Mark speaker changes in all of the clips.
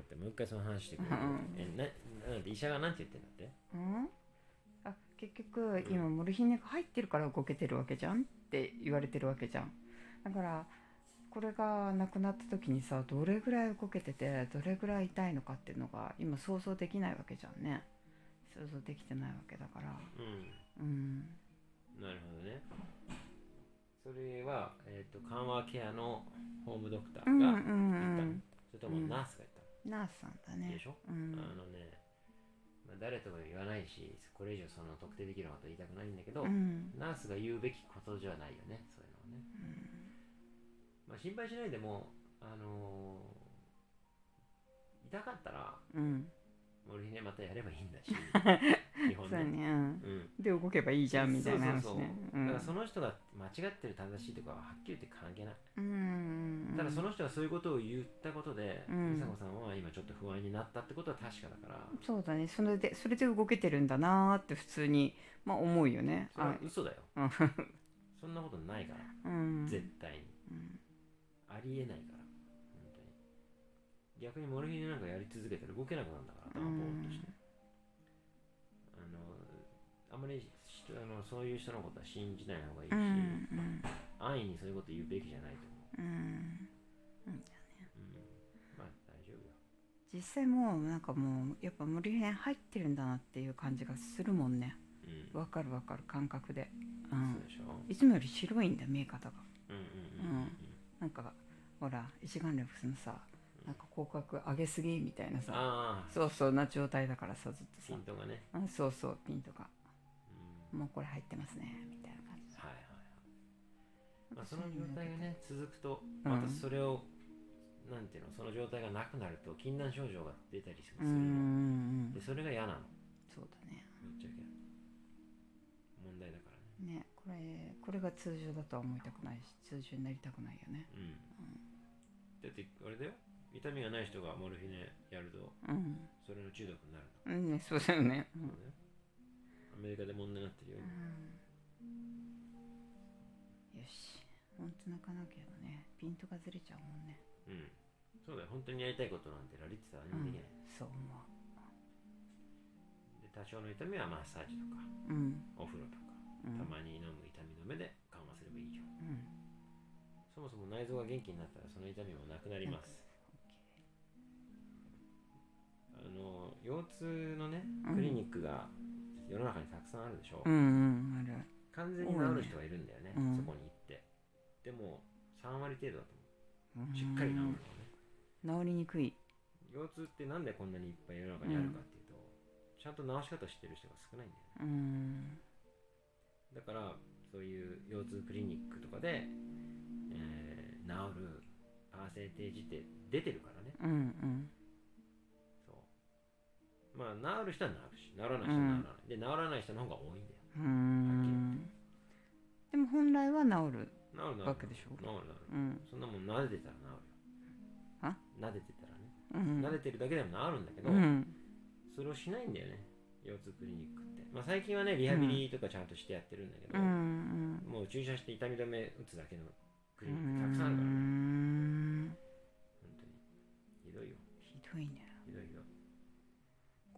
Speaker 1: ってもう一回その話してくれ、
Speaker 2: うん
Speaker 1: えななんで医者が何て言ってんだって
Speaker 2: うんあ結局今モルヒネが入ってるから動けてるわけじゃんって言われてるわけじゃんだからこれがなくなった時にさどれぐらい動けててどれぐらい痛いのかっていうのが今想像できないわけじゃんね想像できてないわけだから
Speaker 1: うん
Speaker 2: うん
Speaker 1: なるほどねそれは、えー、と緩和ケアのホームドクター
Speaker 2: う
Speaker 1: が
Speaker 2: んう
Speaker 1: 言
Speaker 2: ん
Speaker 1: ったの、
Speaker 2: うん
Speaker 1: それともナースが言ったの、
Speaker 2: ナースさんだね
Speaker 1: でしょ
Speaker 2: うん
Speaker 1: あのね、まあ、誰とも言わないしこれ以上その特定できること言いたくないんだけど、
Speaker 2: うん
Speaker 1: ナースが言うべきことじゃないよねそういうのはね、まあ、心配しないでもあのー痛かったら
Speaker 2: うん
Speaker 1: モルヒネまたやればいいんだ し基
Speaker 2: そ
Speaker 1: 本
Speaker 2: うだ
Speaker 1: ね
Speaker 2: ねうん
Speaker 1: うん
Speaker 2: で動けばいいじゃんみたいな話
Speaker 1: そうそう
Speaker 2: ねう
Speaker 1: そう、
Speaker 2: ん
Speaker 1: だからその人が間違ってる正しいとかははっきり言って関係ない、
Speaker 2: うん
Speaker 1: ただその人がそういうことを言ったことで、
Speaker 2: うん
Speaker 1: 美佐子さんは今ちょっと不安になったってことは確かだから、
Speaker 2: そうだねそれでそれで動けてるんだなーって普通に、まあ、思うよね
Speaker 1: それは
Speaker 2: あ
Speaker 1: 嘘だよ
Speaker 2: うん
Speaker 1: そんなことないから、
Speaker 2: うん
Speaker 1: 絶対に
Speaker 2: うん
Speaker 1: ありえないから本当に逆にモルヒネなんかやり続けたら動けなくなるんだから頭ボーっとして、あのあんまりしあのそういう人のことは信じない方がいいし、
Speaker 2: うんうん
Speaker 1: 安易にそういうこと言うべきじゃないと思う、
Speaker 2: うんうん
Speaker 1: うん、まあ大丈夫よ
Speaker 2: 実際もうなんかもうやっぱ森編入ってるんだなっていう感じがするもんね
Speaker 1: うん
Speaker 2: わかるわかる感覚で、う、
Speaker 1: そうんでしょ
Speaker 2: いつもより白いんだ見え方が
Speaker 1: うんうん
Speaker 2: うんなんかほら一眼レフのさなんか広角上げすぎみたいなさ
Speaker 1: ああ
Speaker 2: そうそうな状態だからさずっと
Speaker 1: ピ
Speaker 2: さ
Speaker 1: ントがね、
Speaker 2: うんそうそうピンとか
Speaker 1: うん、
Speaker 2: もうこれ入ってますねみたいな感じ
Speaker 1: はいはいはい、まあ、その状態がね続くと
Speaker 2: うん
Speaker 1: またそれを、なんていうのその状態がなくなると禁断症状が出たりす
Speaker 2: う
Speaker 1: るの、
Speaker 2: んうんうん
Speaker 1: でそれが嫌なの
Speaker 2: そうだね
Speaker 1: ぶっちゃけ問題だからね
Speaker 2: ねこれこれが通常だとは思いたくないし通常になりたくないよね
Speaker 1: うん、だってあれだよ痛みがない人がモルフィネやると
Speaker 2: うん、
Speaker 1: それの中毒になる
Speaker 2: うん、ねそうだよねう
Speaker 1: の、
Speaker 2: ん、
Speaker 1: ねアメリカで問題になってるよ、
Speaker 2: うん、よしほんと泣かなきゃねピントがずれちゃうもんね
Speaker 1: うん、そうだよ本当にやりたいことなんてラリってたら何もできない、
Speaker 2: そう思
Speaker 1: で多少の痛みはマッサージとか
Speaker 2: ううん
Speaker 1: お風呂とか
Speaker 2: うん
Speaker 1: たまに飲む痛みの目で緩和すればいいよ
Speaker 2: うん
Speaker 1: そもそも内臓が元気になったらその痛みもなくなりますあの腰痛のね
Speaker 2: うん
Speaker 1: クリニックが世の中にたくさんあるでしょ、
Speaker 2: うんうんある
Speaker 1: 完全に治る人がいるんだよね、
Speaker 2: 多いね
Speaker 1: そ
Speaker 2: うん
Speaker 1: こに行ってでも3割程度だと
Speaker 2: うん
Speaker 1: 思うしっかり治るのね、
Speaker 2: 治りにくい
Speaker 1: 腰痛ってなんでこんなにいっぱい世の中にあるかっていうと、ちゃんと治し方知ってる人が少ないんだよねだ
Speaker 2: うん
Speaker 1: からそういう腰痛クリニックとかで、えー治るパーセンテージって出てるからね
Speaker 2: うんうん
Speaker 1: そうまあ治る人は治るし治らない人は治らない、で治らない人の方が多いんだよ
Speaker 2: うんでも本来は治る
Speaker 1: 治る治る
Speaker 2: わけでしょ
Speaker 1: 治る治る
Speaker 2: うん
Speaker 1: そんなもん撫でてたら治るよ撫で
Speaker 2: あ
Speaker 1: てたらね、
Speaker 2: うん
Speaker 1: 撫でてるだけでも治るんだけど、
Speaker 2: うん
Speaker 1: それをしないんだよね腰痛クリニックって、まあ、最近はねリハビリとかちゃんとしてやってるんだけど、
Speaker 2: うん
Speaker 1: もう注射して痛み止め打つだけのク
Speaker 2: う
Speaker 1: リニックたくさんあるからね
Speaker 2: ん
Speaker 1: 本当にひどいよ
Speaker 2: ひどいね
Speaker 1: ひどいひどい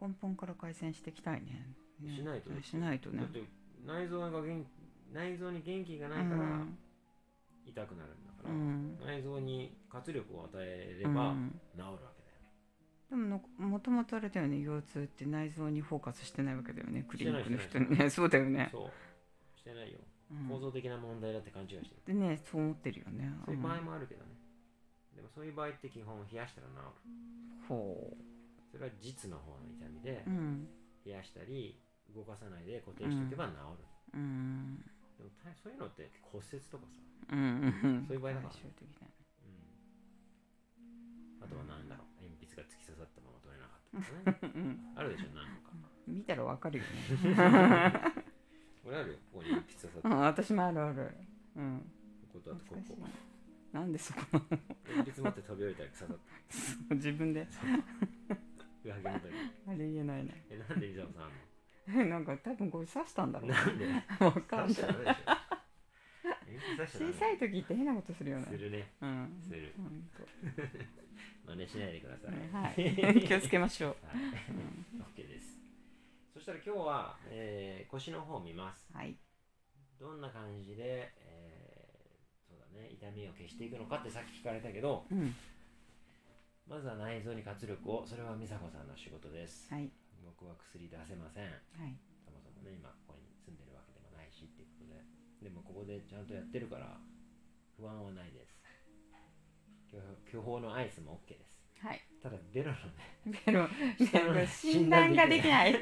Speaker 2: 根本から改善していきたいねね
Speaker 1: しないと
Speaker 2: しないと
Speaker 1: だ
Speaker 2: ね
Speaker 1: って内臓が元内臓に元気が
Speaker 2: う
Speaker 1: ないから
Speaker 2: ん
Speaker 1: 痛くなるんだか
Speaker 2: う
Speaker 1: ら、
Speaker 2: ん
Speaker 1: 内臓に活力を与えれ
Speaker 2: う
Speaker 1: ば
Speaker 2: ん
Speaker 1: 治るわけだよ、
Speaker 2: でものもともとあれだよね腰痛って内臓にフォーカスしてないわけだよねクリニックの人にねそうだよね
Speaker 1: そうしてないよ
Speaker 2: うん
Speaker 1: 構造的な問題だって勘違いしてる、
Speaker 2: でねそう思ってるよね
Speaker 1: そういう場合もある
Speaker 2: うん
Speaker 1: けどねでもそういう場合って基本冷やしたら治る
Speaker 2: ほ
Speaker 1: それは実の方の痛みで
Speaker 2: ううん
Speaker 1: 冷やしたり動かさないで固定しておけば治る、
Speaker 2: うん
Speaker 1: でもたそういうのって骨折とかさ、
Speaker 2: うん
Speaker 1: そ
Speaker 2: うん
Speaker 1: ういう場合だか ら
Speaker 2: 最終的に
Speaker 1: うん、あとは何だろう鉛筆が突き刺さったまま取れなかったとか ね
Speaker 2: うん
Speaker 1: あるでしょ何個か
Speaker 2: 見たらわかるよね
Speaker 1: 俺あるよここに鉛筆刺さっ
Speaker 2: う
Speaker 1: たこ
Speaker 2: ん私もあるあるうん
Speaker 1: ことあとこ
Speaker 2: 懐かしい
Speaker 1: こ
Speaker 2: なんでそこなの
Speaker 1: 鉛筆持って飛び降りたら刺さった
Speaker 2: そう 自分で
Speaker 1: 上履きの時
Speaker 2: あれ言えないな
Speaker 1: えなんで伊沢さんあんの
Speaker 2: えなん か多分これ刺したんだろうな
Speaker 1: なんで
Speaker 2: わかんな
Speaker 1: 刺
Speaker 2: い
Speaker 1: しちゃダメでしょ。鉛筆刺しちゃダ
Speaker 2: 小
Speaker 1: メ
Speaker 2: さい時って変なことするよね
Speaker 1: するね。
Speaker 2: うん
Speaker 1: する。
Speaker 2: ほんと
Speaker 1: 真似しないでください。
Speaker 2: はい気をつけましょう
Speaker 1: はい OK です。そしたら今日は、えー腰の方を見ます。
Speaker 2: はい
Speaker 1: どんな感じで、えーそうだね、痛みを消していくのかってさっき聞かれたけど、
Speaker 2: うん
Speaker 1: まずは内臓に活力を、それは美佐子さんの仕事です。
Speaker 2: はい
Speaker 1: 僕は薬出せません。
Speaker 2: はい
Speaker 1: そもそもね、今ここに住んでるわけでもないしっていうことで。でもここでちゃんとやってるから、不安はないです。巨巨峰のアイスも OK です。
Speaker 2: はい
Speaker 1: ただ、ベロのね、
Speaker 2: ベロ
Speaker 1: 下のね
Speaker 2: 診断ができない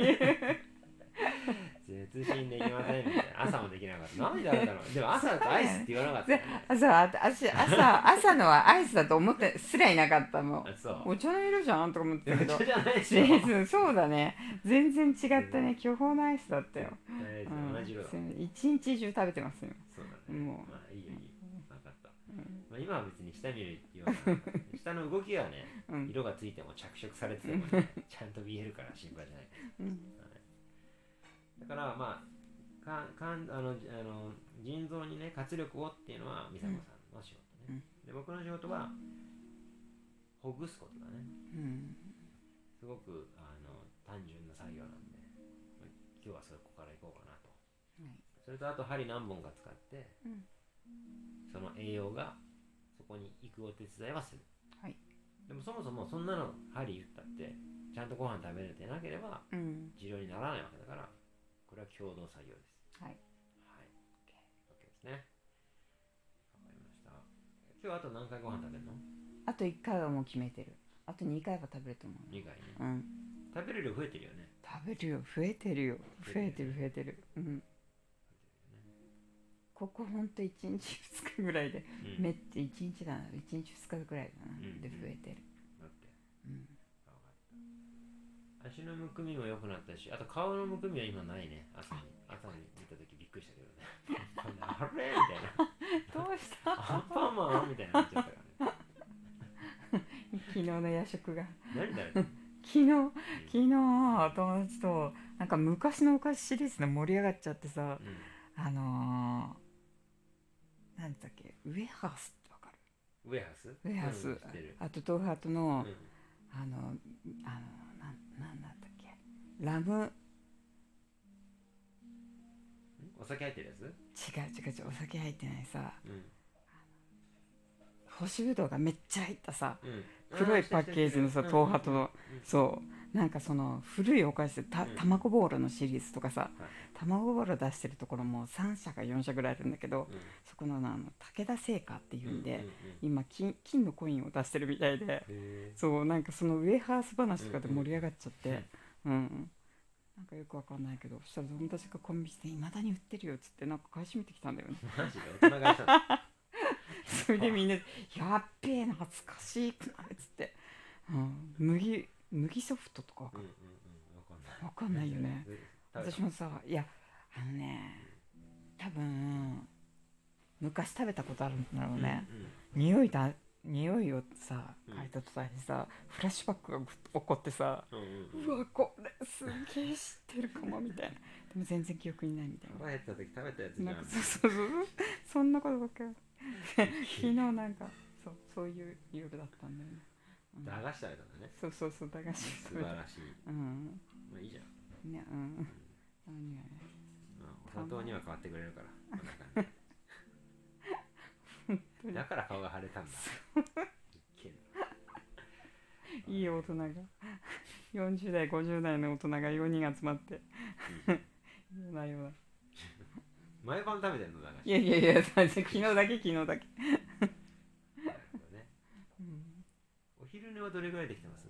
Speaker 1: 絶心できませんみたいな。朝もできなかった。なんでだったのでも朝だとアイスって言わなかったよね。
Speaker 2: 朝あ私朝朝のはアイスだと思ってすらいなかったの
Speaker 1: あそう。
Speaker 2: お茶の色じゃんとか思ってたけど
Speaker 1: 茶じゃないでしょ。
Speaker 2: レーズンそうだね全然違ったね巨峰のアイスだったよ、
Speaker 1: え
Speaker 2: う
Speaker 1: ー
Speaker 2: ん
Speaker 1: 同じ色だ。、
Speaker 2: 一日中食べてますよ、
Speaker 1: そうだね。
Speaker 2: もう
Speaker 1: まあいいよいいよ。分かった。
Speaker 2: うん
Speaker 1: まあ、今は別に下見るような。下の動きがね、
Speaker 2: うん
Speaker 1: 色がついても着色されてても ね、ちゃんと見えるから心配じゃない。
Speaker 2: うん
Speaker 1: だからまあ、かんかんあのあの腎臓にね活力をっていうのは美佐子さんの仕事ね、で僕の仕事はほぐすことだね
Speaker 2: うん
Speaker 1: すごくあの単純な作業なんで、まあ今日はそこから行こうかなとそれとあと針何本か使って、
Speaker 2: うん
Speaker 1: その栄養がそこに行くお手伝いはする、
Speaker 2: はい
Speaker 1: でもそもそもそんなの針言ったってちゃんとご飯食べれてなければ
Speaker 2: うん
Speaker 1: 治療にならないわけだからこれは共同作業です
Speaker 2: はい
Speaker 1: はい。OK ですね。わかりました。今日あと何回ご飯食べるの
Speaker 2: あと1回はもう決めてるあと2回は食べると思
Speaker 1: ?2 回ね。
Speaker 2: う、うん、
Speaker 1: 食べる量増えてるよね。
Speaker 2: 食べるよ増えてるよ増えてる増えてる、うん、ここほんと1日2日ぐらいで、
Speaker 1: うん。
Speaker 2: めっ
Speaker 1: だ
Speaker 2: ちゃ1日だな1日2日ぐらいだな、
Speaker 1: うん
Speaker 2: で増えてる、
Speaker 1: って。
Speaker 2: うん、
Speaker 1: あわかった。足のむくみも良くなったし、あと顔のむくみは今ないね。朝に。朝に見た時びっくりしたけどね。あれみたいな。
Speaker 2: どうした
Speaker 1: アンパンマンみたいになっちゃったからね。
Speaker 2: 昨日の夜食が
Speaker 1: 何だ ろう。
Speaker 2: 昨日昨日友達となんか昔のお菓子シリーズで盛り上がっちゃってさ
Speaker 1: うん
Speaker 2: あのー、なんだっけウエハースってわか
Speaker 1: ウェハース
Speaker 2: るウエハース、
Speaker 1: うん知ってる。
Speaker 2: あと東ハートの、
Speaker 1: うん
Speaker 2: あのあのなんなんだったっけラム
Speaker 1: お酒入ってるやつ
Speaker 2: 違う違う違うお酒入ってないさ
Speaker 1: うん。
Speaker 2: 干しぶどうがめっちゃ入ったさ
Speaker 1: うん
Speaker 2: 黒いパッケージのさ東ハートの、
Speaker 1: うん
Speaker 2: そうなんかその古いお菓子でた
Speaker 1: うん
Speaker 2: 卵ボーロのシリーズとかさ
Speaker 1: はい
Speaker 2: 卵ボーロ出してるところも3社か4社ぐらいあるんだけど、
Speaker 1: うん
Speaker 2: そこのあの武田製菓っていうんで、
Speaker 1: うんうんうん
Speaker 2: 今金金のコインを出してるみたいで
Speaker 1: へ
Speaker 2: そうなんかそのウェハース話とかで盛り上がっちゃって
Speaker 1: うんうん
Speaker 2: うん、うんなんかよくわかんないけどそしたら友達がコンビニでいまだに売ってるよっつってなんか買い占めてきたんだ よね
Speaker 1: マジで大人買いしたの
Speaker 2: それでみんな「やっべえ懐かしくない」っつって、うん、麦麦ソフトとかわ
Speaker 1: う
Speaker 2: か
Speaker 1: ん
Speaker 2: ん
Speaker 1: うんうんわかんない
Speaker 2: わかんないよね
Speaker 1: 食べ
Speaker 2: 私
Speaker 1: た
Speaker 2: もさいやあのね多分昔食べたことあるんだろうね、
Speaker 1: うんうん
Speaker 2: 匂いだ匂いをさ
Speaker 1: うん
Speaker 2: 嗅いだ途端にさ、フラッシュバックがぐっと起こってさ
Speaker 1: うんうん
Speaker 2: うわこれすげえ知ってるかもみたいなでも全然記憶にないみたい
Speaker 1: 腹減った時食べたやつじゃ
Speaker 2: なんなんかそうそうそうそんなことばっかり昨日なんかそうそういう夜だったんだよね、うん
Speaker 1: 駄菓子食べたんだね
Speaker 2: そうそうそう駄菓子
Speaker 1: 素
Speaker 2: 食べ
Speaker 1: 晴
Speaker 2: た
Speaker 1: らしい
Speaker 2: うん
Speaker 1: まあいいじゃん
Speaker 2: ねうん何がね
Speaker 1: まあお砂糖には変わってくれるからこんな感じ
Speaker 2: 当に
Speaker 1: だから顔が腫れたんだいける
Speaker 2: いい大人が40代50代の大人が4人集まって 言えないような
Speaker 1: 毎晩食べてんの駄菓子
Speaker 2: いやいやいや、昨日だけ昨日だけ。
Speaker 1: なるほどねお昼寝はどれぐらいできてます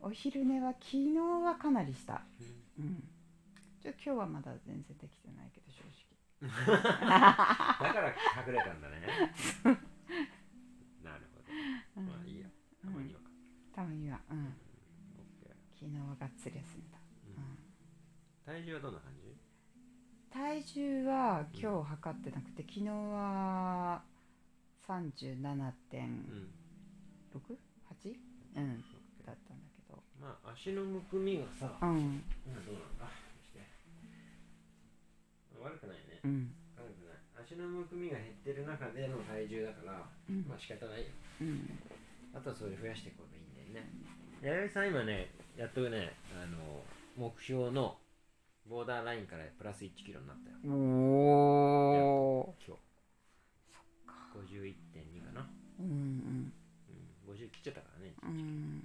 Speaker 2: お昼寝は昨日はかなりした。うん。ちょ今日はまだ全然できてないけど正
Speaker 1: だから隠れたん だねなるほど
Speaker 2: 直。
Speaker 1: まあいいやたまには
Speaker 2: うん。たまには、うん。
Speaker 1: OK
Speaker 2: 昨日はがっつり休んだ。
Speaker 1: うん
Speaker 2: う
Speaker 1: 体
Speaker 2: ん、
Speaker 1: 重はどんな感じ
Speaker 2: 体重は今日測ってなくて、昨日は三十七
Speaker 1: う
Speaker 2: 点
Speaker 1: ん
Speaker 2: 六八？うん。だったんだけど。
Speaker 1: まあ足のむくみがさ、
Speaker 2: うん
Speaker 1: 今どうなんだして悪くないね
Speaker 2: うん
Speaker 1: 悪くない足のむくみが減ってる中での体重だから
Speaker 2: うん
Speaker 1: まあ仕方ないよ
Speaker 2: うん
Speaker 1: あとはそれ増やしていこうといいねね弥生さん今ねやっとねあの目標のボーダーラインからプラス1キロになったよ
Speaker 2: おお
Speaker 1: 今日51.2かな、
Speaker 2: ーうん
Speaker 1: うん、50切っちゃったからね
Speaker 2: うんうん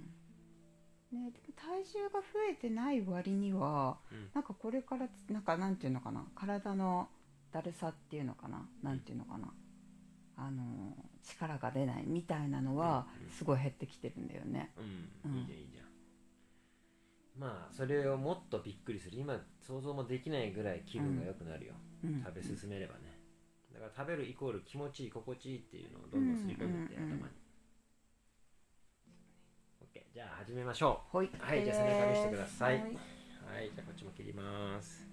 Speaker 2: ね、でも体重が増えてない割には、
Speaker 1: うん
Speaker 2: なんかこれからなんかなんていうのかな体のだるさっていうのかななんていうのかな、あの力が出ないみたいなのは
Speaker 1: うん
Speaker 2: すごい減ってきてるんだよね。
Speaker 1: うん、
Speaker 2: うん
Speaker 1: いいじゃんいいじゃんまあそれをもっとびっくりする今想像もできないぐらい気分が良くなるよ、
Speaker 2: うん、
Speaker 1: 食べ進めればねだから食べるイコール気持ちいい心地いいっていうのをどんどんすり込んでって、
Speaker 2: うんうんうん
Speaker 1: 頭に OK じゃあ始めましょ
Speaker 2: ほい、
Speaker 1: はいじゃあ背中見せてください
Speaker 2: はいう
Speaker 1: はいじゃあこっちも切ります